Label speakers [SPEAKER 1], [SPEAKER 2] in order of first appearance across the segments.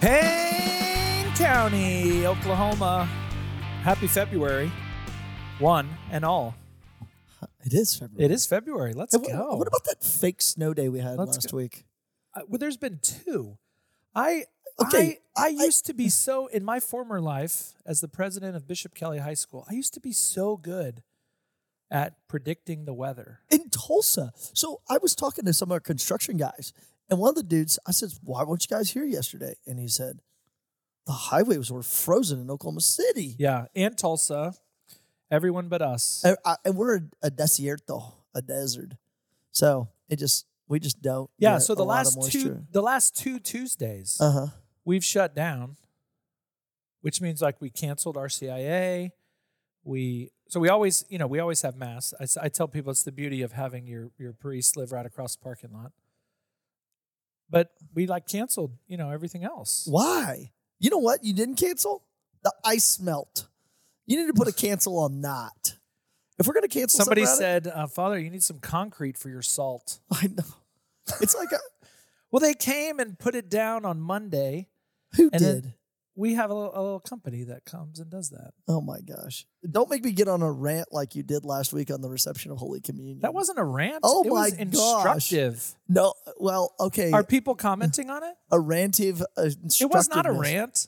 [SPEAKER 1] Payne County, Oklahoma. Happy February, one and all.
[SPEAKER 2] It is February.
[SPEAKER 1] It is February. Let's
[SPEAKER 2] Hey, wh-
[SPEAKER 1] go.
[SPEAKER 2] What about that fake snow day we had
[SPEAKER 1] Let's
[SPEAKER 2] last
[SPEAKER 1] go.
[SPEAKER 2] week?
[SPEAKER 1] Uh, well, there's been two. I
[SPEAKER 2] Okay,
[SPEAKER 1] I, I
[SPEAKER 2] I-
[SPEAKER 1] used to be so in my former life as the president of Bishop Kelly High School. I used to be so good at predicting the weather.
[SPEAKER 2] in Tulsa. So I was talking to some of our construction guys, and one of the dudes, I said, "Why weren't you guys here yesterday?" And he said, "The highways were frozen in Oklahoma City,
[SPEAKER 1] Yeah, and Tulsa, everyone but us.
[SPEAKER 2] and, I, and we're a, a desierto, a desert. So it just we just don't."
[SPEAKER 1] yeah,
[SPEAKER 2] get
[SPEAKER 1] so
[SPEAKER 2] a
[SPEAKER 1] the
[SPEAKER 2] lot of
[SPEAKER 1] last two
[SPEAKER 2] moisture.
[SPEAKER 1] the last two Tuesdays
[SPEAKER 2] Uh huh.
[SPEAKER 1] we've shut down, which means like we canceled our CIA. We so we always you know we always have mass. I, s- I tell people it's the beauty of having your your priest live right across the parking lot. But we like canceled you know everything else.
[SPEAKER 2] Why? You know what? You didn't cancel the ice melt. You need to put a cancel on not. If we're gonna cancel,
[SPEAKER 1] Somebody
[SPEAKER 2] something about
[SPEAKER 1] said, uh, "Father, you need some concrete for your salt."
[SPEAKER 2] it- "I know." It's like a,
[SPEAKER 1] Well, they came and put it down on Monday.
[SPEAKER 2] who
[SPEAKER 1] And then-
[SPEAKER 2] did?
[SPEAKER 1] We have a little, a little company that comes and does that.
[SPEAKER 2] Oh my gosh. Don't make me get on a rant like you did last week on the reception of Holy Communion.
[SPEAKER 1] That wasn't a rant.
[SPEAKER 2] Oh
[SPEAKER 1] it was
[SPEAKER 2] my gosh.
[SPEAKER 1] instructive.
[SPEAKER 2] No, well, okay.
[SPEAKER 1] Are people commenting on it?
[SPEAKER 2] a rantive uh,
[SPEAKER 1] It was not a rant.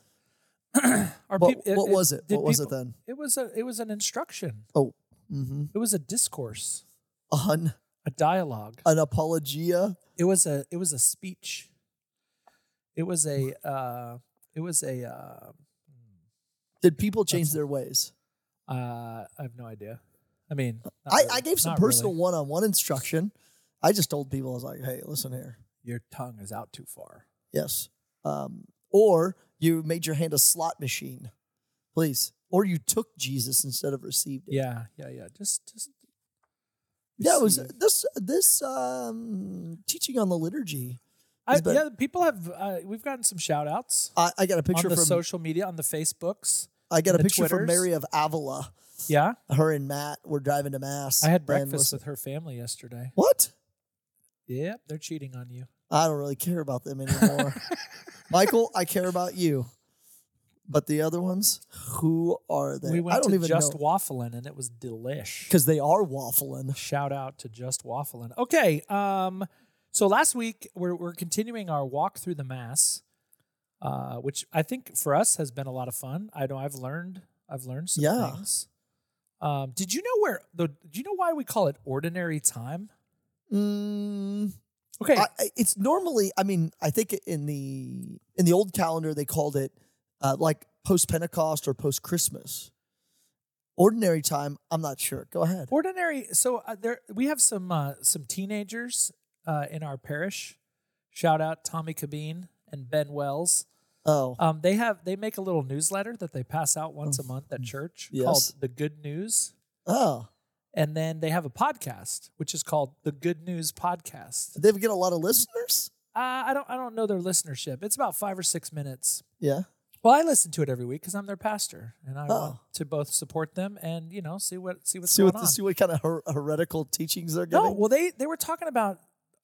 [SPEAKER 1] Our
[SPEAKER 2] What,
[SPEAKER 1] peop-
[SPEAKER 2] what was it?
[SPEAKER 1] did
[SPEAKER 2] What was it
[SPEAKER 1] people-
[SPEAKER 2] then?
[SPEAKER 1] It was a it was an instruction.
[SPEAKER 2] Mm-hmm.
[SPEAKER 1] It was a discourse,
[SPEAKER 2] An,
[SPEAKER 1] a dialogue.
[SPEAKER 2] an apologia.
[SPEAKER 1] It was a it was a speech. It was a uh, it was a uh,
[SPEAKER 2] Did people change
[SPEAKER 1] That's-
[SPEAKER 2] their ways?
[SPEAKER 1] uh, I have no idea. I mean, not
[SPEAKER 2] I,
[SPEAKER 1] really.
[SPEAKER 2] I gave some
[SPEAKER 1] Not really.
[SPEAKER 2] personal one on one instruction. I just told people, I was like, hey, listen here.
[SPEAKER 1] Your tongue is out too far.
[SPEAKER 2] Yes. Um, or you made your hand a slot machine, please. Or you took Jesus instead of received it.
[SPEAKER 1] Yeah, yeah, yeah. Just just
[SPEAKER 2] Yeah, it was
[SPEAKER 1] receive.
[SPEAKER 2] this this um, teaching on the liturgy.
[SPEAKER 1] I,
[SPEAKER 2] it's better.
[SPEAKER 1] yeah. People have uh, we've gotten some shout outs
[SPEAKER 2] I, I got a
[SPEAKER 1] on
[SPEAKER 2] picture
[SPEAKER 1] the
[SPEAKER 2] from
[SPEAKER 1] social media on the Facebooks.
[SPEAKER 2] I got
[SPEAKER 1] on
[SPEAKER 2] a
[SPEAKER 1] the
[SPEAKER 2] picture from
[SPEAKER 1] Twitters.
[SPEAKER 2] Mary of Avila.
[SPEAKER 1] Yeah,
[SPEAKER 2] Her and Matt were driving to mass.
[SPEAKER 1] I had
[SPEAKER 2] and
[SPEAKER 1] breakfast
[SPEAKER 2] listen-
[SPEAKER 1] with her family yesterday.
[SPEAKER 2] what?
[SPEAKER 1] Yep, they're cheating on you.
[SPEAKER 2] I don't really care about them anymore. Michael, I care about you, but the other ones, who are they?
[SPEAKER 1] We went
[SPEAKER 2] I don't
[SPEAKER 1] to
[SPEAKER 2] even
[SPEAKER 1] Just
[SPEAKER 2] know
[SPEAKER 1] Wafflin' and it was delish.
[SPEAKER 2] because they are waffling.
[SPEAKER 1] Shout out to Just Wafflin'. Okay, um, so last week we're we're continuing our walk through the Mass, uh, which I think for us has been a lot of fun. I know I've learned I've learned some
[SPEAKER 2] Yeah.
[SPEAKER 1] things. Um, did you know where the? Do you know why we call it ordinary time?
[SPEAKER 2] Mm,
[SPEAKER 1] Okay,
[SPEAKER 2] I, I- it's normally, I mean, I think in the in the old calendar they called it uh, like post Pentecost or post Christmas. Ordinary time, I'm not sure. Go ahead.
[SPEAKER 1] ordinary so uh, there we have some uh, some teenagers uh, in our parish shout out tommy cabine and ben wells
[SPEAKER 2] Oh,
[SPEAKER 1] um, they have they make a little newsletter that they pass out once a month at church
[SPEAKER 2] Yes.
[SPEAKER 1] called the good news
[SPEAKER 2] oh,
[SPEAKER 1] and then they have a podcast which is called the good news podcast uh,
[SPEAKER 2] they get a lot of listeners.
[SPEAKER 1] i don't i don't know their listenership it's about five or six minutes
[SPEAKER 2] Yeah.
[SPEAKER 1] well i listen to it every week because i'm their pastor and i want
[SPEAKER 2] Oh.
[SPEAKER 1] to both support them and you know see what see what's
[SPEAKER 2] see
[SPEAKER 1] going
[SPEAKER 2] what
[SPEAKER 1] on
[SPEAKER 2] see what kind of her- heretical teachings they're
[SPEAKER 1] No,
[SPEAKER 2] giving.
[SPEAKER 1] well they they were talking about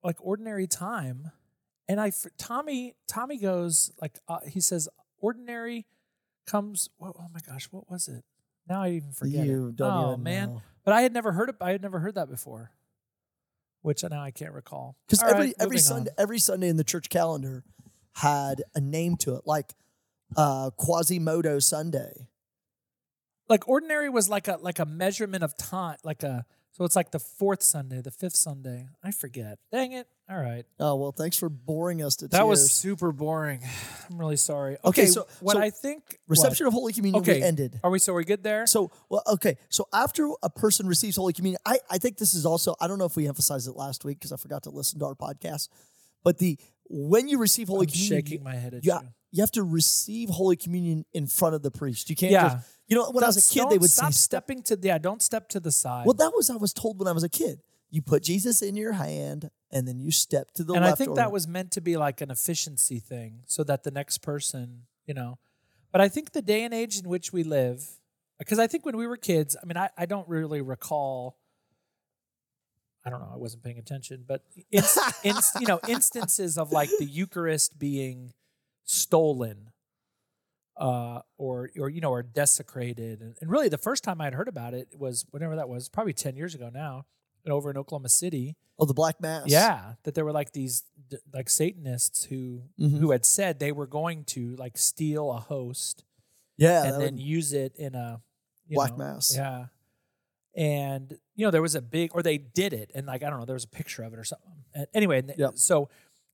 [SPEAKER 1] like ordinary time, and I f- Tommy Tommy goes like uh, he says ordinary comes. wha- oh my gosh, what was it? Now I even forget.
[SPEAKER 2] you
[SPEAKER 1] it.
[SPEAKER 2] don't
[SPEAKER 1] oh
[SPEAKER 2] even
[SPEAKER 1] man! But I had never heard it. I had never heard that before, which now I can't recall.
[SPEAKER 2] because
[SPEAKER 1] All right,
[SPEAKER 2] every every
[SPEAKER 1] moving on.
[SPEAKER 2] Sunday every Sunday in the church calendar had a name to it, like uh, Quasimodo Sunday.
[SPEAKER 1] like ordinary was like a like a measurement of time, like a so it's like the fourth Sunday, the fifth Sunday. I forget. Dang it! All right.
[SPEAKER 2] Oh well, thanks for boring us to
[SPEAKER 1] That
[SPEAKER 2] tears.
[SPEAKER 1] was super boring. I'm really sorry.
[SPEAKER 2] Okay,
[SPEAKER 1] Okay,
[SPEAKER 2] so-
[SPEAKER 1] what
[SPEAKER 2] so
[SPEAKER 1] I think what?
[SPEAKER 2] reception of Holy Communion we
[SPEAKER 1] Okay.
[SPEAKER 2] ended.
[SPEAKER 1] Are we so we're good there?
[SPEAKER 2] So well, okay. So after a person receives Holy Communion, I, I think this is also I don't know if we emphasized it last week because I forgot to listen to our podcast, but the when you receive Holy
[SPEAKER 1] I'm
[SPEAKER 2] Communion,
[SPEAKER 1] shaking my head at
[SPEAKER 2] yeah,
[SPEAKER 1] you.
[SPEAKER 2] you have to receive Holy Communion in front of the priest. You can't
[SPEAKER 1] Yeah.
[SPEAKER 2] just, you know, when I was a kid,
[SPEAKER 1] Don't
[SPEAKER 2] they would
[SPEAKER 1] stop
[SPEAKER 2] say,
[SPEAKER 1] stepping to the yeah. Don't step to the side.
[SPEAKER 2] well, that was, I was told when I was a kid, you put Jesus in your hand and then you step to the
[SPEAKER 1] and
[SPEAKER 2] left.
[SPEAKER 1] I think
[SPEAKER 2] or
[SPEAKER 1] that
[SPEAKER 2] right.
[SPEAKER 1] was meant to be like an efficiency thing, so that the next person, you know. But I think the day and age in which we live, because I think when we were kids, I mean, I, I don't really recall. I don't know. I wasn't paying attention, but in, in, you know, instances of like the Eucharist being stolen uh, or or you know or desecrated. And, and really, the first time I'd heard about it was whenever that was, probably ten years ago now, and over in Oklahoma City.
[SPEAKER 2] Oh, the Black Mass.
[SPEAKER 1] Yeah, that there were like these d- like Satanists who
[SPEAKER 2] Mhm.
[SPEAKER 1] who had said they were going to like steal a host
[SPEAKER 2] Yeah. that
[SPEAKER 1] and then
[SPEAKER 2] would-
[SPEAKER 1] use it in a you
[SPEAKER 2] Black
[SPEAKER 1] know,
[SPEAKER 2] Mass.
[SPEAKER 1] Yeah. And you know there was a big, or they did it, and like I don't know, there was a picture of it or something. And anyway, and th-
[SPEAKER 2] Yep.
[SPEAKER 1] so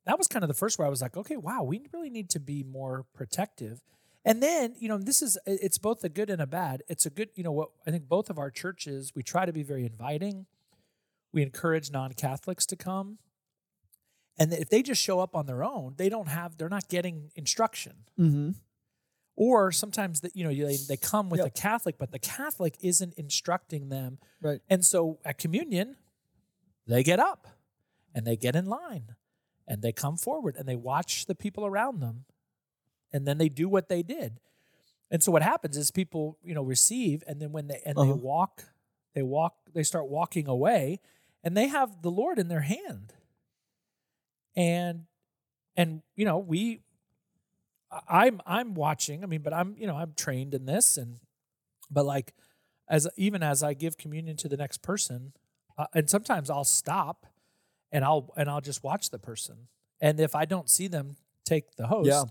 [SPEAKER 1] that was kind of the first where I was like, okay, wow, we really need to be more protective. And then you know this is it- it's both a good and a bad. It's a good, you know, what I think both of our churches we try to be very inviting. We encourage non-Catholics to come, and if they just show up on their own, they don't have, they're not getting instruction
[SPEAKER 2] Mm-hmm.
[SPEAKER 1] or sometimes that you know they, they come with
[SPEAKER 2] Yep.
[SPEAKER 1] a catholic but the catholic isn't instructing them
[SPEAKER 2] Right.
[SPEAKER 1] and so at communion they get up and they get in line and they come forward and they watch the people around them and then they do what they did and so what happens is people you know receive and then when they and they
[SPEAKER 2] Uh-huh.
[SPEAKER 1] walk they walk they start walking away and they have the lord in their hand and and you know we I- i'm i'm watching i mean but i'm you know i'm trained in this and but like as even as i give communion to the next person uh, and sometimes i'll stop and i'll and i'll just watch the person and if i don't see them take the host
[SPEAKER 2] Yeah.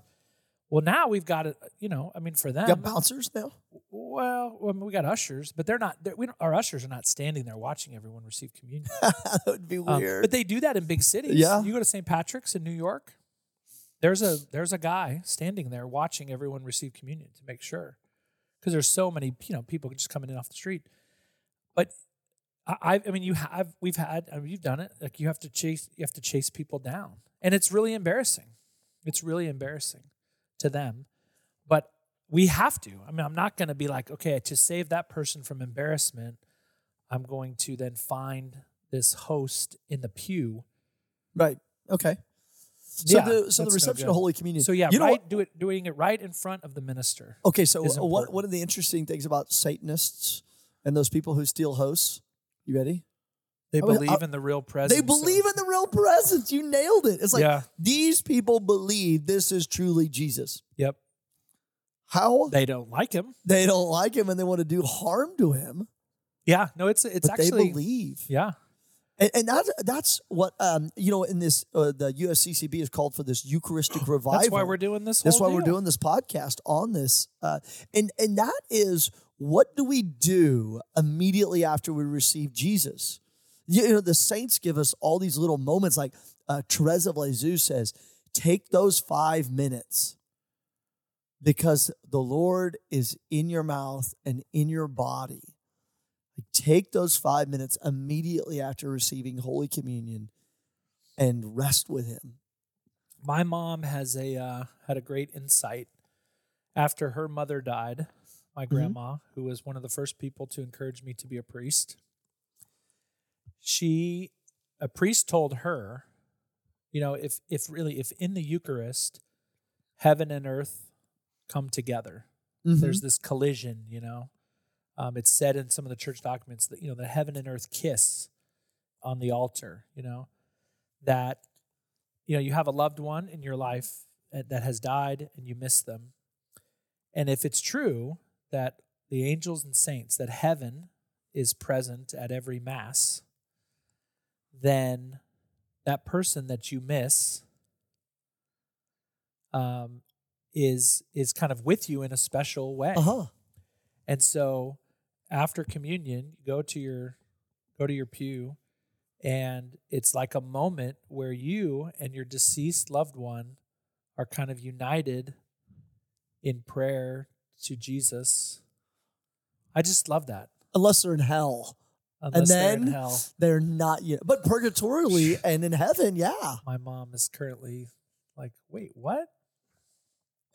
[SPEAKER 1] well now we've got it you know i mean for them
[SPEAKER 2] Got bouncers now.
[SPEAKER 1] well I mean, we got ushers but they're not they're, we don't, our ushers are not standing there watching everyone receive communion
[SPEAKER 2] that would be
[SPEAKER 1] um,
[SPEAKER 2] weird.
[SPEAKER 1] but they do that in big cities.
[SPEAKER 2] Yeah.
[SPEAKER 1] You go to St. Patrick's in New York. There's a there's a guy standing there watching everyone receive communion to make sure, because there's so many you know people just coming in off the street. But I I- I mean you have we've had I mean, you've done it like you have to chase you have to chase people down and it's really embarrassing. It's really embarrassing to them, but we have to. I mean I'm not going to be like okay to save that person from embarrassment. I'm going to then find this host in the pew.
[SPEAKER 2] right. Okay. So
[SPEAKER 1] Yeah,
[SPEAKER 2] the so the
[SPEAKER 1] that's no
[SPEAKER 2] reception
[SPEAKER 1] good.
[SPEAKER 2] of Holy Communion.
[SPEAKER 1] So yeah,
[SPEAKER 2] you know
[SPEAKER 1] right,
[SPEAKER 2] what-
[SPEAKER 1] do it, doing it right in front of the minister.
[SPEAKER 2] Okay, so
[SPEAKER 1] is
[SPEAKER 2] what
[SPEAKER 1] important.
[SPEAKER 2] one of the interesting things about Satanists and those people who steal hosts? You ready?
[SPEAKER 1] They
[SPEAKER 2] I mean,
[SPEAKER 1] believe
[SPEAKER 2] I-
[SPEAKER 1] in the real presence.
[SPEAKER 2] uh, They believe in the real presence. You nailed it. It's like
[SPEAKER 1] Yeah.
[SPEAKER 2] these people believe this is truly Jesus.
[SPEAKER 1] Yep.
[SPEAKER 2] How
[SPEAKER 1] They don't like him.
[SPEAKER 2] they don't like him and they want to do harm to him,
[SPEAKER 1] Yeah. No, it's it's
[SPEAKER 2] but
[SPEAKER 1] actually
[SPEAKER 2] they believe.
[SPEAKER 1] yeah.
[SPEAKER 2] And, and that's that's what um you know in this uh, the USCCB is called for this Eucharistic revival.
[SPEAKER 1] That's why we're doing this.
[SPEAKER 2] That's why
[SPEAKER 1] whole
[SPEAKER 2] we're
[SPEAKER 1] deal.
[SPEAKER 2] doing this podcast on this. Uh, and and that is what do we do immediately after we receive Jesus? You, you know, the saints give us all these little moments, like uh, Therese of Lisieux says, take those five minutes because the Lord is in your mouth and in your body. Take those five minutes immediately after receiving Holy Communion and rest with Him.
[SPEAKER 1] My mom has a uh, had a great insight after her mother died. My grandma, who was one of the first people to encourage me to be a priest, she a priest told her, you know, if if really if in the Eucharist, heaven and earth come together, there's this collision you know um, it's said in some of the church documents that you know the heaven and earth kiss on the altar you know that you know you have a loved one in your life uh, that that has died and you miss them and if it's true that the angels and saints that heaven is present at every mass then that person that you miss um, is is kind of with you in a special way
[SPEAKER 2] uh huh.
[SPEAKER 1] and so after communion, you go to your go to your pew and it's like a moment where you and your deceased loved one are kind of united in prayer to Jesus. I just love that.
[SPEAKER 2] Unless they're in hell.
[SPEAKER 1] Unless they're in
[SPEAKER 2] then-
[SPEAKER 1] hell.
[SPEAKER 2] They're not yet, but purgatorially and in heaven, yeah.
[SPEAKER 1] My mom is currently like, wait, what?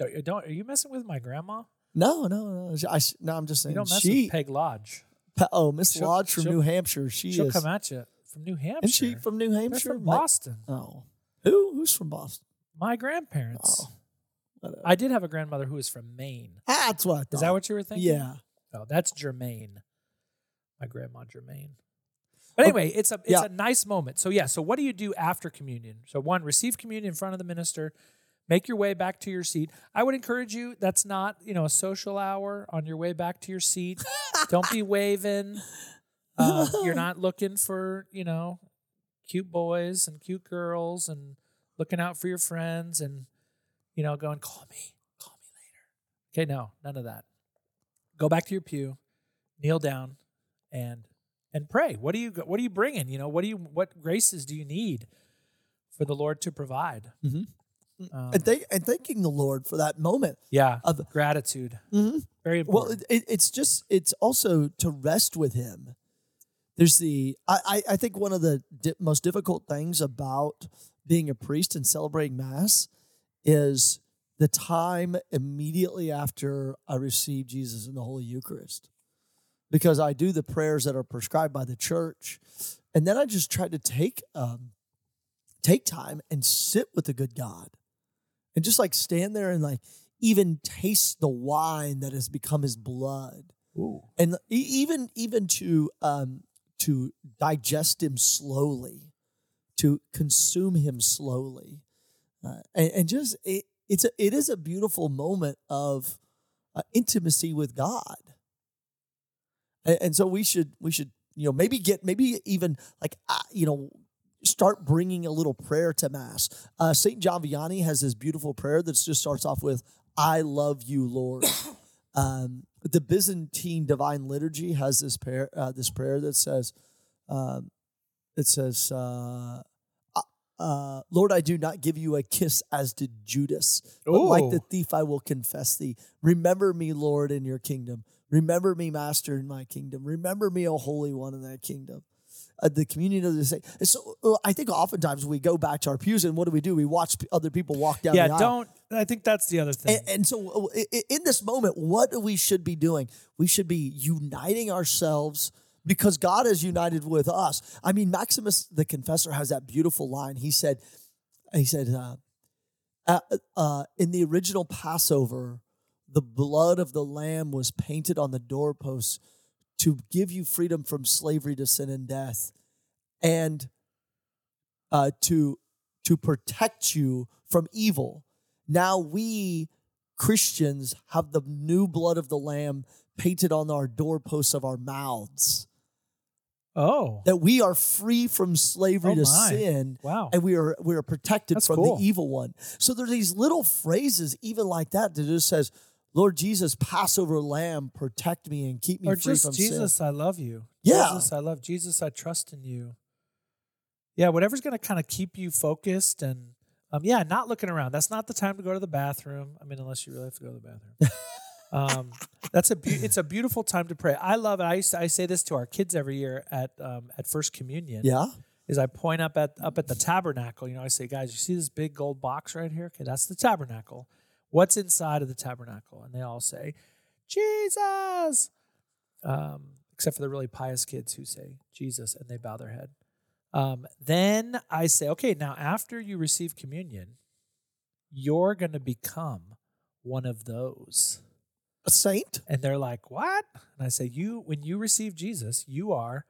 [SPEAKER 1] Are you- Don't are you messing with my grandma?
[SPEAKER 2] No, no, no. I, sh- no I'm just
[SPEAKER 1] You
[SPEAKER 2] saying.
[SPEAKER 1] don't mess
[SPEAKER 2] She,
[SPEAKER 1] with Peg Lodge.
[SPEAKER 2] Pa- oh, Miss
[SPEAKER 1] She'll-
[SPEAKER 2] Lodge from
[SPEAKER 1] she'll-
[SPEAKER 2] New Hampshire. She
[SPEAKER 1] She'll
[SPEAKER 2] is.
[SPEAKER 1] come at you from New Hampshire.
[SPEAKER 2] and she from New
[SPEAKER 1] They're
[SPEAKER 2] Hampshire.
[SPEAKER 1] from
[SPEAKER 2] Ma-
[SPEAKER 1] Boston.
[SPEAKER 2] Oh, who? Who's from Boston?
[SPEAKER 1] My grandparents.
[SPEAKER 2] Oh, whatever.
[SPEAKER 1] I did have a grandmother who was from Maine.
[SPEAKER 2] That's what. I
[SPEAKER 1] Is
[SPEAKER 2] thought.
[SPEAKER 1] that what you were thinking?
[SPEAKER 2] Oh, Yeah.
[SPEAKER 1] No, that's Germaine. My grandma Germaine. But anyway, it's a it's
[SPEAKER 2] Yeah.
[SPEAKER 1] a nice moment. So yeah, so what do you do after communion? So one, receive communion in front of the minister, Make your way back to your seat. I would encourage you. That's not you know a social hour on your way back to your seat. Don't be waving. Uh, you're not looking for you know cute boys and cute girls and looking out for your friends and you know going call me, call me later. Okay, no, none of that. Go back to your pew, kneel down, and and pray. What do you what are you bringing? You know what do you what graces do you need for the Lord to provide?
[SPEAKER 2] Mhm.
[SPEAKER 1] Um,
[SPEAKER 2] and, thank, and thanking the Lord for that moment.
[SPEAKER 1] yeah,
[SPEAKER 2] of-
[SPEAKER 1] gratitude.
[SPEAKER 2] Mm-hmm.
[SPEAKER 1] Very
[SPEAKER 2] Well,
[SPEAKER 1] important.
[SPEAKER 2] it, it- it's just it's also to rest with Him. There's the I I, I think one of the di- most difficult things about being a priest and celebrating Mass is the time immediately after I receive Jesus in the Holy Eucharist, because I do the prayers that are prescribed by the Church, and then I just try to take um take time and sit with the good God, and just like stand there and like even taste the wine that has become his blood and e- even even to um to digest him slowly to consume him slowly uh, and, and just it, it's a, it is a beautiful moment of uh, intimacy with god and, and so we should we should you know maybe get maybe even like uh, you know start bringing a little prayer to mass uh, st john vianney has this beautiful prayer that just starts off with i love you lord um, the Byzantine Divine Liturgy has this prayer, uh, this prayer that says, um, "It says, uh, uh, uh, Lord, I do not give you a kiss as did Judas, but like
[SPEAKER 1] Ooh.
[SPEAKER 2] the thief, I will confess thee. Remember me, Lord, in your kingdom. Remember me, Master, in my kingdom. Remember me, O Holy One, in thy kingdom." Uh, the communion of the saint. So uh, I think oftentimes we go back to our pews and what do we do? We watch p- other people walk down.
[SPEAKER 1] yeah,
[SPEAKER 2] the aisle.
[SPEAKER 1] don't. I think that's the other thing.
[SPEAKER 2] And, and so, uh, i- in this moment, what we should be doing, we should be uniting ourselves because God is united with us. I mean, Maximus the Confessor has that beautiful line. He said, "He said, uh, uh, uh, in the original Passover, the blood of the lamb was painted on the doorposts to give you freedom from slavery to sin and death, and uh, to to protect you from evil." now we Christians have the new blood of the Lamb painted on our doorposts of our mouths,
[SPEAKER 1] oh,
[SPEAKER 2] that we are free from slavery
[SPEAKER 1] Oh
[SPEAKER 2] to
[SPEAKER 1] my.
[SPEAKER 2] sin.
[SPEAKER 1] wow.
[SPEAKER 2] And we are we are protected
[SPEAKER 1] That's
[SPEAKER 2] from
[SPEAKER 1] cool.
[SPEAKER 2] the evil one. So there's these little phrases, even like that, that just says, "Lord Jesus, Passover Lamb, protect me and keep me
[SPEAKER 1] or
[SPEAKER 2] free
[SPEAKER 1] just
[SPEAKER 2] from
[SPEAKER 1] Jesus,
[SPEAKER 2] sin."
[SPEAKER 1] I love you.
[SPEAKER 2] Yeah.
[SPEAKER 1] Jesus, I love Jesus, I trust in you. Yeah, whatever's going to kind of keep you focused and um, yeah, not looking around. That's not the time to go to the bathroom. I mean, unless you really have to go to the bathroom. um, that's a beau- it's a beautiful time to pray. I love it. I used to, I say this to our kids every year at um, at First Communion.
[SPEAKER 2] Yeah,
[SPEAKER 1] Is I point up at up at the tabernacle. You know, I say, guys, you see this big gold box right here? Okay, that's the tabernacle. What's inside of the tabernacle? And they all say, Jesus um, except for the really pious kids who say Jesus and they bow their head. Um, then I say, okay, now after you receive communion, you're going to become one of those.
[SPEAKER 2] a saint.
[SPEAKER 1] And they're like, what? And I say, you, when you receive Jesus, you are,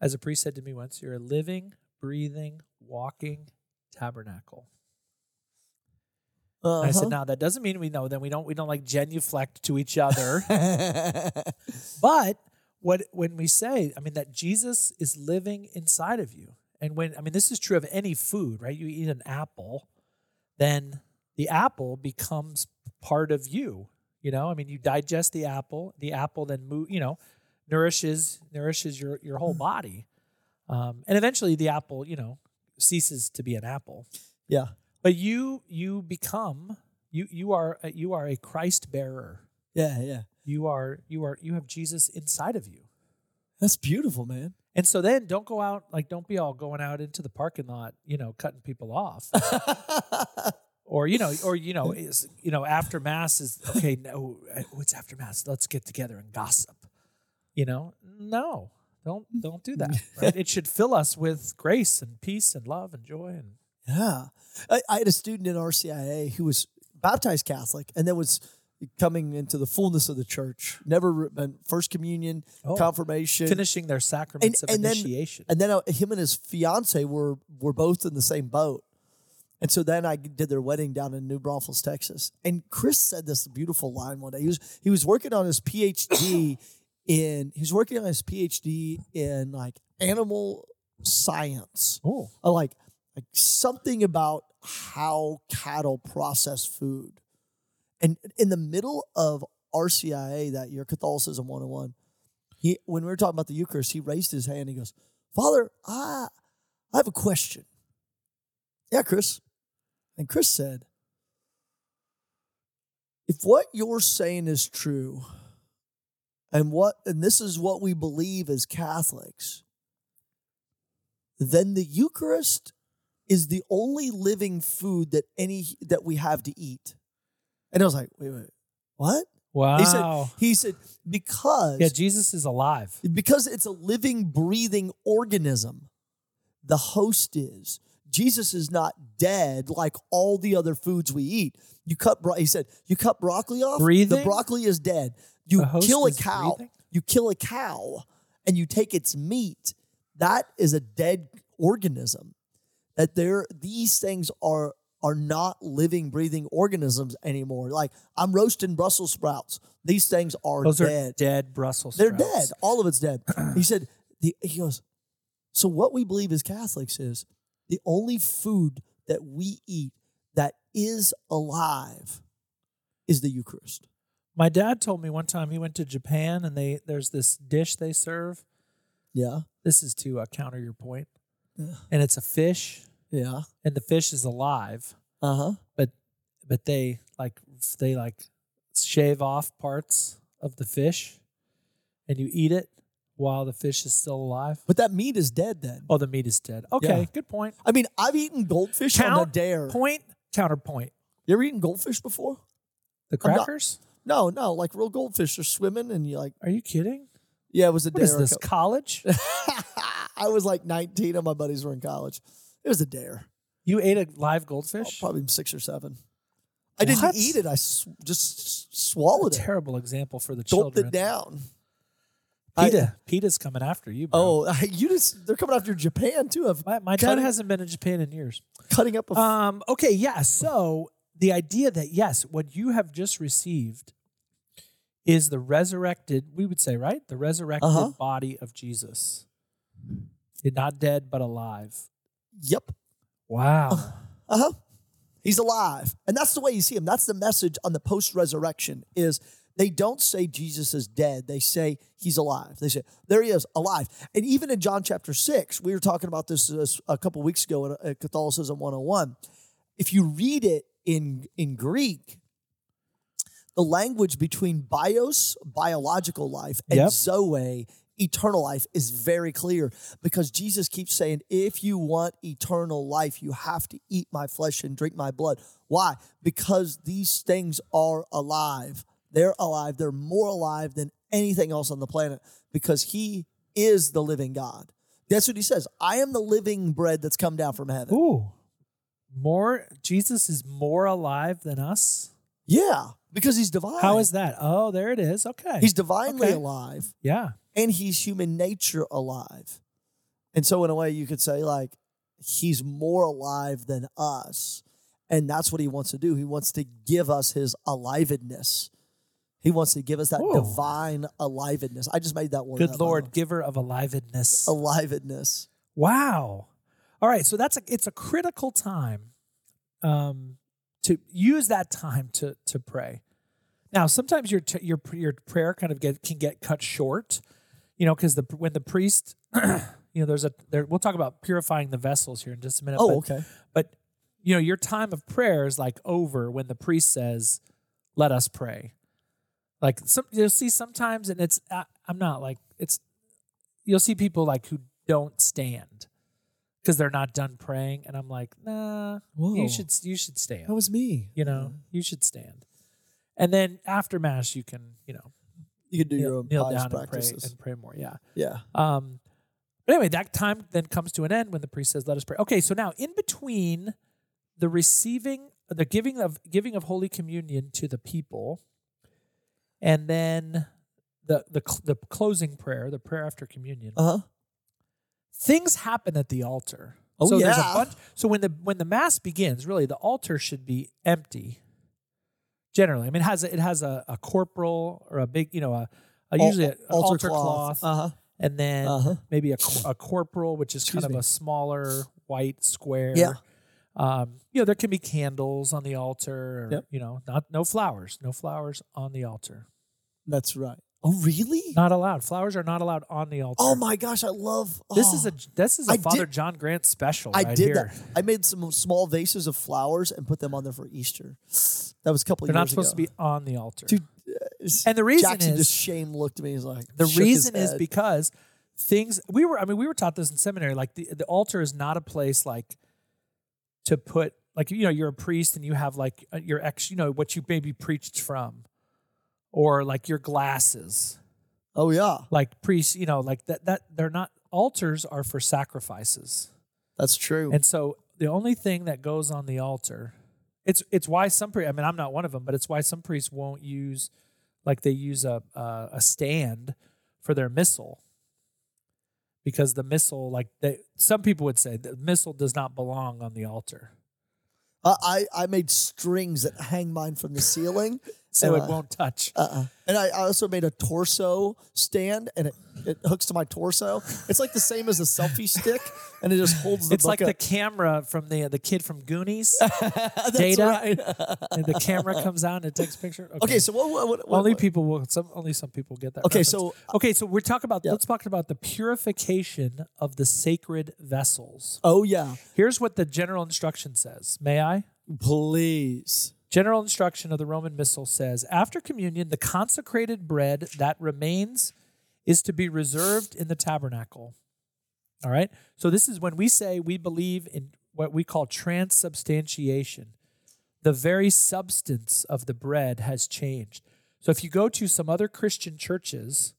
[SPEAKER 1] as a priest said to me once, you're a living, breathing, walking tabernacle. And I said,
[SPEAKER 2] Uh-huh.
[SPEAKER 1] now that doesn't mean we know. Then we don't. We don't like genuflect to each other.
[SPEAKER 2] Uh-huh.
[SPEAKER 1] But what when we say, I mean, that Jesus is living inside of you, and when I mean this is true of any food, right? You eat an apple, then the apple becomes part of you. You know, I mean, you digest the apple. The apple then move, you know, nourishes nourishes your your whole body, um, and eventually the apple, you know, ceases to be an apple.
[SPEAKER 2] yeah,
[SPEAKER 1] But you you become you you are a, you are a Christ bearer.
[SPEAKER 2] yeah, yeah.
[SPEAKER 1] You are you are you have Jesus inside of you.
[SPEAKER 2] That's beautiful, man.
[SPEAKER 1] And so then don't go out, like, don't be all going out into the parking lot, you know, cutting people off. or, you know, or, you know, is, you know, after mass is, okay, no, oh, it's after mass. Let's get together and gossip. You know, no, don't, don't do that. right? It should fill us with grace and peace and love and joy. And
[SPEAKER 2] Yeah. I, I had a student in RCIA who was baptized Catholic and then was coming into the fullness of the church, never re- been first communion,
[SPEAKER 1] Oh.
[SPEAKER 2] confirmation.
[SPEAKER 1] finishing their sacraments
[SPEAKER 2] And-
[SPEAKER 1] of
[SPEAKER 2] and then-
[SPEAKER 1] initiation.
[SPEAKER 2] And then uh, him and his fiance were, were both in the same boat. And so then I did their wedding down in New Braunfels, Texas. And Chris said this beautiful line one day. He was he was working on his PhD in he was working on his PhD in like animal science,
[SPEAKER 1] Oh,
[SPEAKER 2] Uh, like like something about how cattle process food. And in the middle of RCIA that year, Catholicism 101, he when we were talking about the Eucharist, he raised his hand. He goes, "Father, I I have a question." Yeah, Chris. And Chris said, if what you're saying is true, and what and this is what we believe as Catholics, then the Eucharist is the only living food that any that we have to eat. And I was like, wait, wait, what?
[SPEAKER 1] wow.
[SPEAKER 2] He said, he said, because
[SPEAKER 1] yeah, Jesus is alive.
[SPEAKER 2] because it's a living, breathing organism, the host is. Jesus is not dead like all the other foods we eat. You cut, bro- he said, you cut broccoli off. The
[SPEAKER 1] Breathing?
[SPEAKER 2] broccoli is dead. You
[SPEAKER 1] The host
[SPEAKER 2] kill a
[SPEAKER 1] is
[SPEAKER 2] cow.
[SPEAKER 1] breathing?
[SPEAKER 2] You kill a cow, and you take its meat. That is a dead organism. That there, these things are are not living, breathing organisms anymore. Like I'm roasting Brussels sprouts. These things are
[SPEAKER 1] Those are
[SPEAKER 2] dead.
[SPEAKER 1] dead Brussels.
[SPEAKER 2] They're
[SPEAKER 1] sprouts.
[SPEAKER 2] dead. All of it's dead. he said, the, he goes, so what we believe as Catholics is the only food that we eat that is alive is the Eucharist.
[SPEAKER 1] My dad told me one time he went to Japan and they there's this dish they serve.
[SPEAKER 2] Yeah.
[SPEAKER 1] This is to uh, counter your point,
[SPEAKER 2] Yeah.
[SPEAKER 1] and it's a fish,
[SPEAKER 2] Yeah.
[SPEAKER 1] and the fish is alive,
[SPEAKER 2] Uh
[SPEAKER 1] Uh-huh.
[SPEAKER 2] huh.
[SPEAKER 1] but they like they like shave off parts of the fish, and you eat it while the fish is still alive.
[SPEAKER 2] But that meat is dead then.
[SPEAKER 1] Oh, the meat is dead. Okay,
[SPEAKER 2] Yeah.
[SPEAKER 1] good point.
[SPEAKER 2] I mean, I've eaten goldfish on a
[SPEAKER 1] Count
[SPEAKER 2] dare.
[SPEAKER 1] Point counterpoint.
[SPEAKER 2] You ever eaten goldfish before?
[SPEAKER 1] The
[SPEAKER 2] I'm not-
[SPEAKER 1] crackers?
[SPEAKER 2] No, no, like real goldfish are swimming and you like,
[SPEAKER 1] Are you kidding?
[SPEAKER 2] yeah, it was a
[SPEAKER 1] What
[SPEAKER 2] dare.
[SPEAKER 1] is this college?
[SPEAKER 2] I was like 19 and my buddies were in college. It was a dare.
[SPEAKER 1] you ate a live
[SPEAKER 2] Oh,
[SPEAKER 1] goldfish?
[SPEAKER 2] probably six or seven. I didn't
[SPEAKER 1] What?
[SPEAKER 2] eat it. I s- just s-
[SPEAKER 1] a
[SPEAKER 2] swallowed it,
[SPEAKER 1] terrible example for the
[SPEAKER 2] gulped
[SPEAKER 1] children.
[SPEAKER 2] it down. I-
[SPEAKER 1] PETA, PETA's coming after you, bro.
[SPEAKER 2] oh, you just—they're coming after Japan too. Of
[SPEAKER 1] my, my dad
[SPEAKER 2] Cutting-
[SPEAKER 1] hasn't been in Japan in years.
[SPEAKER 2] cutting up a. f-
[SPEAKER 1] Um, okay, yeah. So the idea that yes, what you have just received is the resurrected, we would say, right? The resurrected
[SPEAKER 2] Uh-huh.
[SPEAKER 1] body of Jesus. Not dead, but alive.
[SPEAKER 2] yep.
[SPEAKER 1] Wow.
[SPEAKER 2] Uh huh. He's alive, and that's the way you see him. That's the message on the post-resurrection is. They don't say Jesus is dead. They say he's alive. They say, there he is, alive. And even in John chapter 6, we were talking about this uh, a couple weeks ago in uh, Catholicism 101. If you read it in, in Greek, the language between bios, biological life, and
[SPEAKER 1] Yep.
[SPEAKER 2] zoe, eternal life, is very clear because Jesus keeps saying, if you want eternal life, you have to eat my flesh and drink my blood. Why? Because these things are alive. They're alive. They're more alive than anything else on the planet because he is the living God. That's what he says. I am the living bread that's come down from heaven.
[SPEAKER 1] Ooh. More Jesus is more alive than us.
[SPEAKER 2] Yeah, because he's divine.
[SPEAKER 1] How is that? Oh, there it is. Okay.
[SPEAKER 2] He's divinely
[SPEAKER 1] Okay.
[SPEAKER 2] alive.
[SPEAKER 1] yeah.
[SPEAKER 2] and he's human nature alive. And so, in a way, you could say, like, he's more alive than us. And that's what he wants to do. He wants to give us his alivedness. He wants to give us that
[SPEAKER 1] Ooh.
[SPEAKER 2] divine alivedness. I just made that word.
[SPEAKER 1] Good
[SPEAKER 2] up, by the way.
[SPEAKER 1] Lord, giver of alivedness.
[SPEAKER 2] Alivedness.
[SPEAKER 1] Wow. All right. So that's a, it's a critical time um, to use that time to to pray. Now, sometimes your t- your pr- your prayer kind of get can get cut short, you know, because the when the priest, you know, there's a there. We'll talk about purifying the vessels here in just a minute. but,
[SPEAKER 2] Oh, okay.
[SPEAKER 1] but you know, your time of prayer is like over when the priest says, "Let us pray." Like some you'll see sometimes, and it's I, I'm not like it's you'll see people like who don't stand because they're not done praying, and I'm like, nah,
[SPEAKER 2] Whoa.
[SPEAKER 1] you should you should stand.
[SPEAKER 2] That was me.
[SPEAKER 1] You know, you should stand. And then after mass, you can you know
[SPEAKER 2] You could do your
[SPEAKER 1] kneel,
[SPEAKER 2] own
[SPEAKER 1] kneel
[SPEAKER 2] pious
[SPEAKER 1] down and pray,
[SPEAKER 2] practices.
[SPEAKER 1] and pray more. Yeah.
[SPEAKER 2] yeah.
[SPEAKER 1] Um, but anyway, that time then comes to an end when the priest says, "Let us pray." Okay, so now in between the receiving, the giving of giving of Holy Communion to the people, and then the the cl- the
[SPEAKER 2] Uh-huh.
[SPEAKER 1] closing prayer, the prayer after communion,
[SPEAKER 2] Uh huh.
[SPEAKER 1] things happen at the altar.
[SPEAKER 2] Oh,
[SPEAKER 1] so there's
[SPEAKER 2] yeah.
[SPEAKER 1] a bunch. So when the when the mass begins, really the altar should be empty. Generally, I mean, it has a, it has a, a corporal or a big, you know, a, a
[SPEAKER 2] Al-
[SPEAKER 1] usually a, an altar cloth,
[SPEAKER 2] Uh-huh.
[SPEAKER 1] and then
[SPEAKER 2] Uh-huh.
[SPEAKER 1] maybe a, cor- a corporal, which is
[SPEAKER 2] Excuse
[SPEAKER 1] kind
[SPEAKER 2] me.
[SPEAKER 1] of a smaller white square.
[SPEAKER 2] Yeah.
[SPEAKER 1] Um, you know, there can be candles on the altar. Or,
[SPEAKER 2] Yep.
[SPEAKER 1] You know, not no flowers, no flowers on the altar.
[SPEAKER 2] That's right. Oh, really?
[SPEAKER 1] Not allowed. Flowers are not allowed on the altar.
[SPEAKER 2] Oh my gosh, I love.
[SPEAKER 1] This
[SPEAKER 2] oh.
[SPEAKER 1] is a this is a
[SPEAKER 2] I did-
[SPEAKER 1] Father John Grant special.
[SPEAKER 2] I
[SPEAKER 1] right
[SPEAKER 2] did
[SPEAKER 1] here.
[SPEAKER 2] that. I made some small vases of flowers and put them on there for Easter. That was a couple
[SPEAKER 1] They're
[SPEAKER 2] years
[SPEAKER 1] not supposed
[SPEAKER 2] ago.
[SPEAKER 1] to be on the altar.
[SPEAKER 2] Dude, It's-
[SPEAKER 1] and the reason
[SPEAKER 2] Jackson
[SPEAKER 1] is
[SPEAKER 2] just shame looked at me. He's like,
[SPEAKER 1] the
[SPEAKER 2] shook his
[SPEAKER 1] reason is
[SPEAKER 2] head.
[SPEAKER 1] because things we were I mean we were taught this in seminary like the, the altar is not a place like to put like you know you're a priest and you have like uh, your ex you know what you maybe preached from or like your glasses
[SPEAKER 2] oh yeah,
[SPEAKER 1] like priests you know like that that they're not altars are for sacrifices.
[SPEAKER 2] that's true.
[SPEAKER 1] And so the only thing that goes on the altar, it's it's why some priests. I mean, I'm not one of them, but it's why some priests won't use, like they use a a, a stand for their missile, because the missile, like they, some people would say, the missile does not belong on the altar,
[SPEAKER 2] Uh, I I made strings that hang mine from the ceiling.
[SPEAKER 1] so
[SPEAKER 2] Uh,
[SPEAKER 1] it won't touch.
[SPEAKER 2] Uh-uh. And I, I also made a torso stand, and it, it hooks to my torso. It's like the same as a selfie stick, and it just holds the
[SPEAKER 1] It's like
[SPEAKER 2] book
[SPEAKER 1] the
[SPEAKER 2] up.
[SPEAKER 1] camera from the the kid from Goonies.
[SPEAKER 2] That's
[SPEAKER 1] data.
[SPEAKER 2] right.
[SPEAKER 1] and the camera comes out and it takes a picture.
[SPEAKER 2] okay, so what? what, what, what
[SPEAKER 1] only people will. Some only some people get that.
[SPEAKER 2] Okay,
[SPEAKER 1] reference.
[SPEAKER 2] so-
[SPEAKER 1] okay, so we're talking about.
[SPEAKER 2] Yeah.
[SPEAKER 1] Let's talk about the purification of the sacred vessels.
[SPEAKER 2] Oh yeah,
[SPEAKER 1] Here's what the general instruction says. May I?
[SPEAKER 2] please.
[SPEAKER 1] General instruction of the Roman Missal says after communion, the consecrated bread that remains is to be reserved in the tabernacle. All right. So this is when we say we believe in what we call transubstantiation. The very substance of the bread has changed. So if you go to some other Christian churches,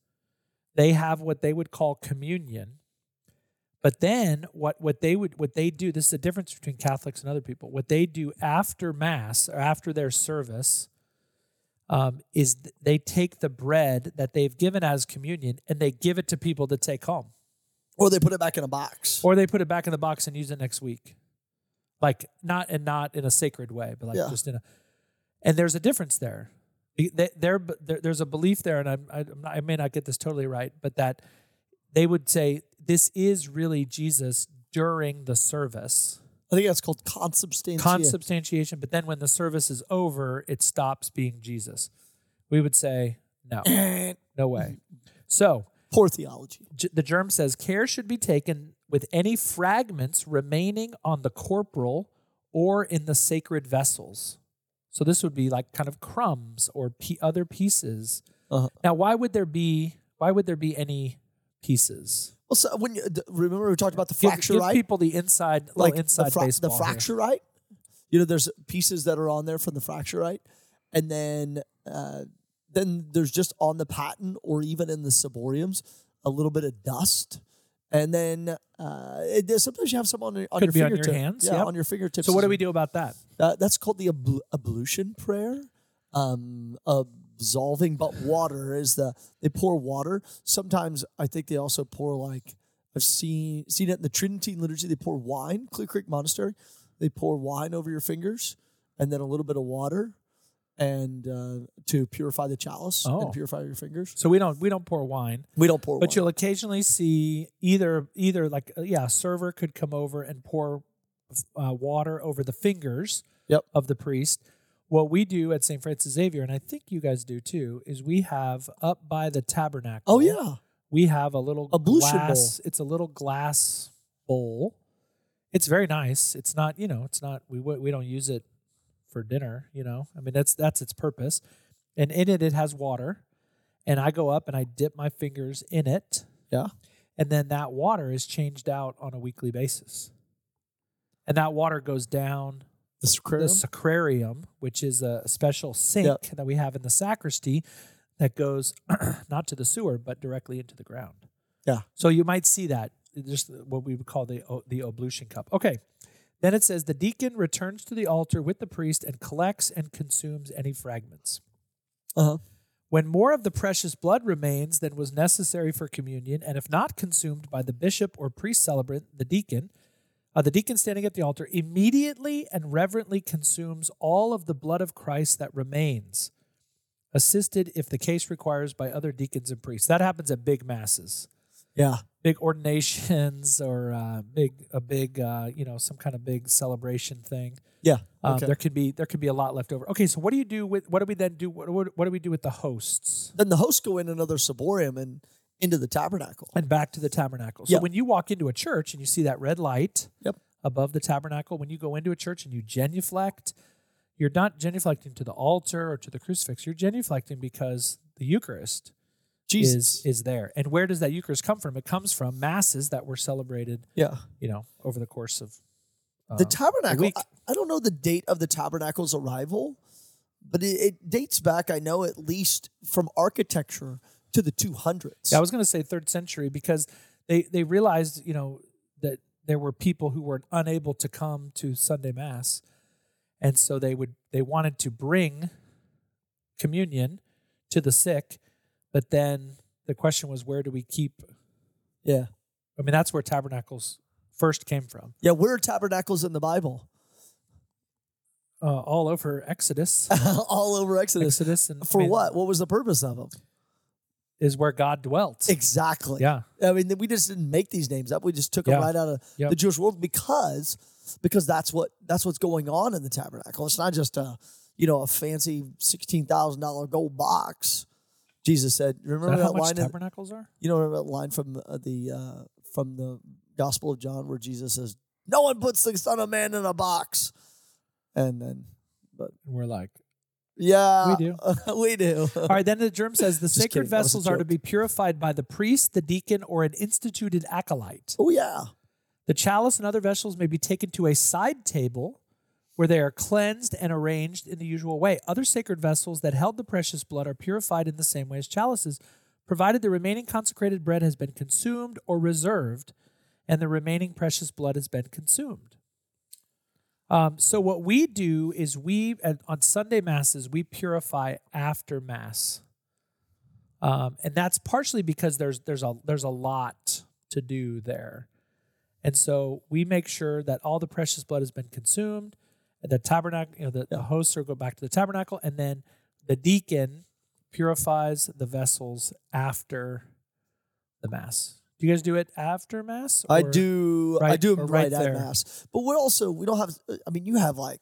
[SPEAKER 1] they have what they would call communion. But then what what they would what they do, this is the difference between Catholics and other people. What they do after mass or after their service um, is th- they take the bread that they've given as communion and they give it to people to take home.
[SPEAKER 2] Or they put it back in a box.
[SPEAKER 1] Or they put it back in the box and use it next week. Like not and not in a sacred way, but like
[SPEAKER 2] Yeah.
[SPEAKER 1] just in a. And there's a difference there. Be- they- There, there there's a belief there, and I'm, I'm not, I may not get this totally right, but that they would say this is really Jesus during the service
[SPEAKER 2] I think that's called consubstantiation.
[SPEAKER 1] consubstantiation, but then when the service is over, it stops being Jesus. We would say no, no way. So
[SPEAKER 2] Poor theology.
[SPEAKER 1] J- the germ says care should be taken with any fragments remaining on the corporal or in the sacred vessels. So this would be like kind of crumbs or p- other pieces.
[SPEAKER 2] Uh-huh.
[SPEAKER 1] Now, why would there be why would there be any pieces?
[SPEAKER 2] Well, so when you, d- remember we talked about the
[SPEAKER 1] Give,
[SPEAKER 2] fracture,
[SPEAKER 1] give
[SPEAKER 2] right?
[SPEAKER 1] people the inside, little inside
[SPEAKER 2] the, fra-
[SPEAKER 1] baseball.
[SPEAKER 2] the
[SPEAKER 1] here.
[SPEAKER 2] fracture, right? You know, there's pieces that are on there from the fracture, right? And then, uh, then there's just on the patent or even in the ciboriums a little bit of dust, and then uh, it, there's- sometimes you have some on, your- on
[SPEAKER 1] Could
[SPEAKER 2] your
[SPEAKER 1] be on your
[SPEAKER 2] fingertip.
[SPEAKER 1] hands,
[SPEAKER 2] yeah,
[SPEAKER 1] yep.
[SPEAKER 2] on your fingertips.
[SPEAKER 1] So what
[SPEAKER 2] is-
[SPEAKER 1] do we do about that?
[SPEAKER 2] Uh, that's called the ablu- ablution prayer. Um, absolving, but water is the they pour water. Sometimes I think they also pour like I've seen seen it in the Tridentine liturgy. They pour wine. Clear Creek Monastery, they pour wine over your fingers, and then a little bit of water, and uh, to purify the chalice
[SPEAKER 1] Oh.
[SPEAKER 2] and purify your fingers.
[SPEAKER 1] So we don't we don't pour wine.
[SPEAKER 2] We don't pour,
[SPEAKER 1] But
[SPEAKER 2] wine.
[SPEAKER 1] you'll occasionally see either either like uh, yeah, a server could come over and pour uh, water over the fingers
[SPEAKER 2] Yep.
[SPEAKER 1] of the priest. What we do at St. Francis Xavier, and I think you guys do too, is we have up by the tabernacle.
[SPEAKER 2] oh yeah,
[SPEAKER 1] we have a little
[SPEAKER 2] Ablution bowl.
[SPEAKER 1] glass. It's a little glass bowl. It's very nice. It's not you know it's not we w- we don't use it for dinner. You know I mean that's that's its purpose, and in it it has water, and I go up and I dip my fingers in it.
[SPEAKER 2] Yeah.
[SPEAKER 1] and then that water is changed out on a weekly basis, and that water goes down
[SPEAKER 2] the sacrum.
[SPEAKER 1] the sacrarium, which is a special sink
[SPEAKER 2] Yep.
[SPEAKER 1] that we have in the sacristy that goes not to the sewer but directly into the ground.
[SPEAKER 2] Yeah.
[SPEAKER 1] So you might see that just what we would call the o- the oblution cup. Okay. Then it says the deacon returns to the altar with the priest and collects and consumes any fragments.
[SPEAKER 2] uh-huh.
[SPEAKER 1] When more of the precious blood remains than was necessary for communion, and if not consumed by the bishop or priest celebrant, the deacon, Uh, the deacon standing at the altar immediately and reverently consumes all of the blood of Christ that remains, assisted if the case requires by other deacons and priests. That happens at big masses,
[SPEAKER 2] Yeah.
[SPEAKER 1] big ordinations, or uh, big a big uh, you know some kind of big celebration thing.
[SPEAKER 2] Yeah.
[SPEAKER 1] Um,
[SPEAKER 2] Okay.
[SPEAKER 1] There could be there could be a lot left over. Okay, so what do you do with what do we then do? What, what, what do we do with the hosts
[SPEAKER 2] then the hosts go in another ciborium and into the tabernacle.
[SPEAKER 1] and back to the tabernacle? So
[SPEAKER 2] Yeah.
[SPEAKER 1] when you walk into a church and you see that red light
[SPEAKER 2] Yep.
[SPEAKER 1] above the tabernacle, when you go into a church and you genuflect, you're not genuflecting to the altar or to the crucifix. You're genuflecting because the Eucharist
[SPEAKER 2] Jesus.
[SPEAKER 1] is is there. And where does that Eucharist come from? It comes from masses that were celebrated,
[SPEAKER 2] yeah.
[SPEAKER 1] you know, over the course of uh,
[SPEAKER 2] The tabernacle.
[SPEAKER 1] week.
[SPEAKER 2] I, I don't know the date of the tabernacle's arrival, but it, it dates back, I know, at least from architecture to the 200s.
[SPEAKER 1] Yeah, I was going to say third century because they they realized you know that there were people who were unable to come to Sunday mass, and so they would they wanted to bring communion to the sick, but then the question was where do we keep?
[SPEAKER 2] yeah.
[SPEAKER 1] I mean, that's where tabernacles first came from.
[SPEAKER 2] Yeah. Where are tabernacles in the Bible?
[SPEAKER 1] Uh, all over Exodus,
[SPEAKER 2] All over Exodus.
[SPEAKER 1] Exodus, and I
[SPEAKER 2] For
[SPEAKER 1] mean,
[SPEAKER 2] what? What was the purpose of them?
[SPEAKER 1] is where God dwelt?
[SPEAKER 2] Exactly.
[SPEAKER 1] Yeah,
[SPEAKER 2] I mean, we just didn't make these names up. We just took
[SPEAKER 1] Yeah.
[SPEAKER 2] them right out of
[SPEAKER 1] Yep.
[SPEAKER 2] the Jewish world because because that's what that's what's going on in the tabernacle. It's not just a you know a fancy sixteen thousand dollar gold box. Jesus said,
[SPEAKER 1] is that
[SPEAKER 2] "Remember
[SPEAKER 1] how
[SPEAKER 2] that,
[SPEAKER 1] much
[SPEAKER 2] line? In,
[SPEAKER 1] tabernacles are?
[SPEAKER 2] you know, remember that line from uh, the uh, from the Gospel of John where Jesus says, "No one puts the Son of Man in a box," and then
[SPEAKER 1] And we're like,
[SPEAKER 2] yeah,
[SPEAKER 1] We do.
[SPEAKER 2] we do.
[SPEAKER 1] All right, then the germ says the sacred
[SPEAKER 2] kidding, that was a
[SPEAKER 1] vessels are to
[SPEAKER 2] joke.
[SPEAKER 1] be purified by the priest, the deacon, or an instituted acolyte.
[SPEAKER 2] Oh yeah,
[SPEAKER 1] The chalice and other vessels may be taken to a side table where they are cleansed and arranged in the usual way. Other sacred vessels that held the precious blood are purified in the same way as chalices, provided the remaining consecrated bread has been consumed or reserved and the remaining precious blood has been consumed. Um, so, what we do is we, and on Sunday Masses, we purify after Mass. Um, and that's partially because there's there's a there's a lot to do there. And so we make sure that all the precious blood has been consumed, and the tabernacle, you know, the, the hosts are go back to the tabernacle, and then the deacon purifies the vessels after the mass. Do you guys do it after mass?
[SPEAKER 2] I
[SPEAKER 1] or-
[SPEAKER 2] do. I
[SPEAKER 1] right-
[SPEAKER 2] do 'em
[SPEAKER 1] or
[SPEAKER 2] right,
[SPEAKER 1] right
[SPEAKER 2] at
[SPEAKER 1] there.
[SPEAKER 2] mass. But we're also we don't have. I mean, you have like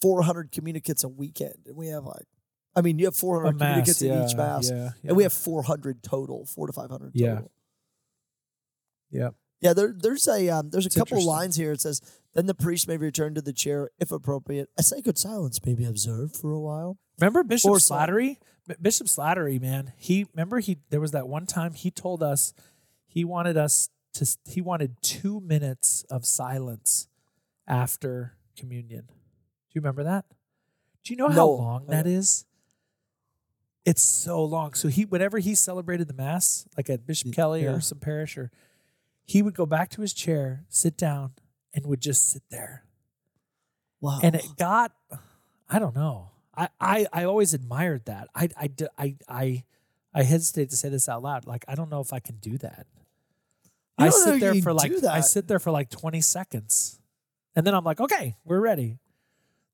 [SPEAKER 2] four hundred communicants a weekend, and we have like. I mean, you have four
[SPEAKER 1] a
[SPEAKER 2] hundred communicants in each
[SPEAKER 1] yeah,
[SPEAKER 2] mass,
[SPEAKER 1] Yeah, yeah.
[SPEAKER 2] and we have four hundred total, four to five hundred
[SPEAKER 1] Yeah.
[SPEAKER 2] total.
[SPEAKER 1] Yep.
[SPEAKER 2] Yeah, there, there's a um, there's a
[SPEAKER 1] It's
[SPEAKER 2] couple
[SPEAKER 1] interesting.
[SPEAKER 2] lines here. It says, "Then the priest may return to the chair if appropriate. A sacred silence may be observed for a while."
[SPEAKER 1] Remember Bishop
[SPEAKER 2] Or some-
[SPEAKER 1] Slattery? B- Bishop Slattery, man. He remember he there was that one time he told us he wanted us to he wanted 2 minutes of silence after communion. Do you remember that? Do you know how
[SPEAKER 2] No.
[SPEAKER 1] long that is? It's so long. So he whenever he celebrated the mass like at Bishop Kelly
[SPEAKER 2] yeah.
[SPEAKER 1] or some parish or he would go back to his chair, sit down and would just sit there
[SPEAKER 2] Wow.
[SPEAKER 1] and it got i don't know i i, I always admired that I, I d- I- I- I hesitate to say this out loud like i don't know if i can do that
[SPEAKER 2] You
[SPEAKER 1] i
[SPEAKER 2] don't know
[SPEAKER 1] sit there
[SPEAKER 2] you
[SPEAKER 1] for like
[SPEAKER 2] do
[SPEAKER 1] i
[SPEAKER 2] that.
[SPEAKER 1] sit there for like 20 seconds and then i'm like okay we're ready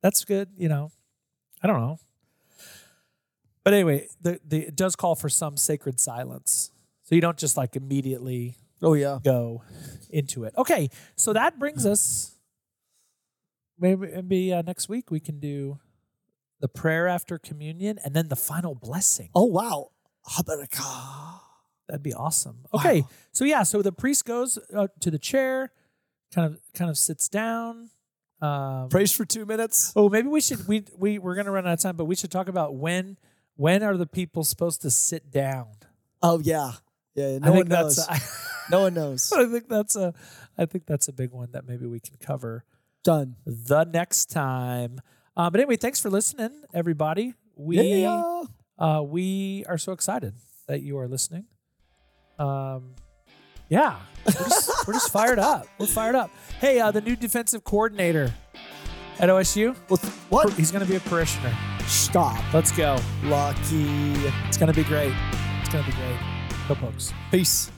[SPEAKER 1] that's good you know i don't know but anyway the, the it does call for some sacred silence so you don't just like immediately
[SPEAKER 2] oh yeah.
[SPEAKER 1] go into it. Okay, so that brings us maybe, maybe uh, next week we can do the prayer after communion and then the final blessing.
[SPEAKER 2] Oh wow. Habakkuk.
[SPEAKER 1] That'd be awesome. Okay,
[SPEAKER 2] Wow.
[SPEAKER 1] so yeah, so the priest goes uh, to the chair, kind of kind of sits down. Um,
[SPEAKER 2] Praise for two minutes.
[SPEAKER 1] oh, maybe we should we we we're gonna run out of time, but we should talk about when when are the people supposed to sit down?
[SPEAKER 2] Oh yeah. Yeah. yeah.
[SPEAKER 1] I
[SPEAKER 2] No one
[SPEAKER 1] think
[SPEAKER 2] knows.
[SPEAKER 1] that's. uh, I,
[SPEAKER 2] no one knows.
[SPEAKER 1] I think that's a, I think that's a big one that maybe we can cover.
[SPEAKER 2] Done.
[SPEAKER 1] the next time. Uh, but anyway, thanks for listening, everybody. We
[SPEAKER 2] Yeah.
[SPEAKER 1] Uh, we are so excited that you are listening. Um, yeah, we're just, we're just fired up. We're fired up. Hey, uh, the new defensive coordinator at OSU,
[SPEAKER 2] Well, th- what?
[SPEAKER 1] he's going to be a parishioner.
[SPEAKER 2] Stop.
[SPEAKER 1] Let's go.
[SPEAKER 2] Lucky.
[SPEAKER 1] It's going to be great. It's going to be great. Go Pokes.
[SPEAKER 2] Peace.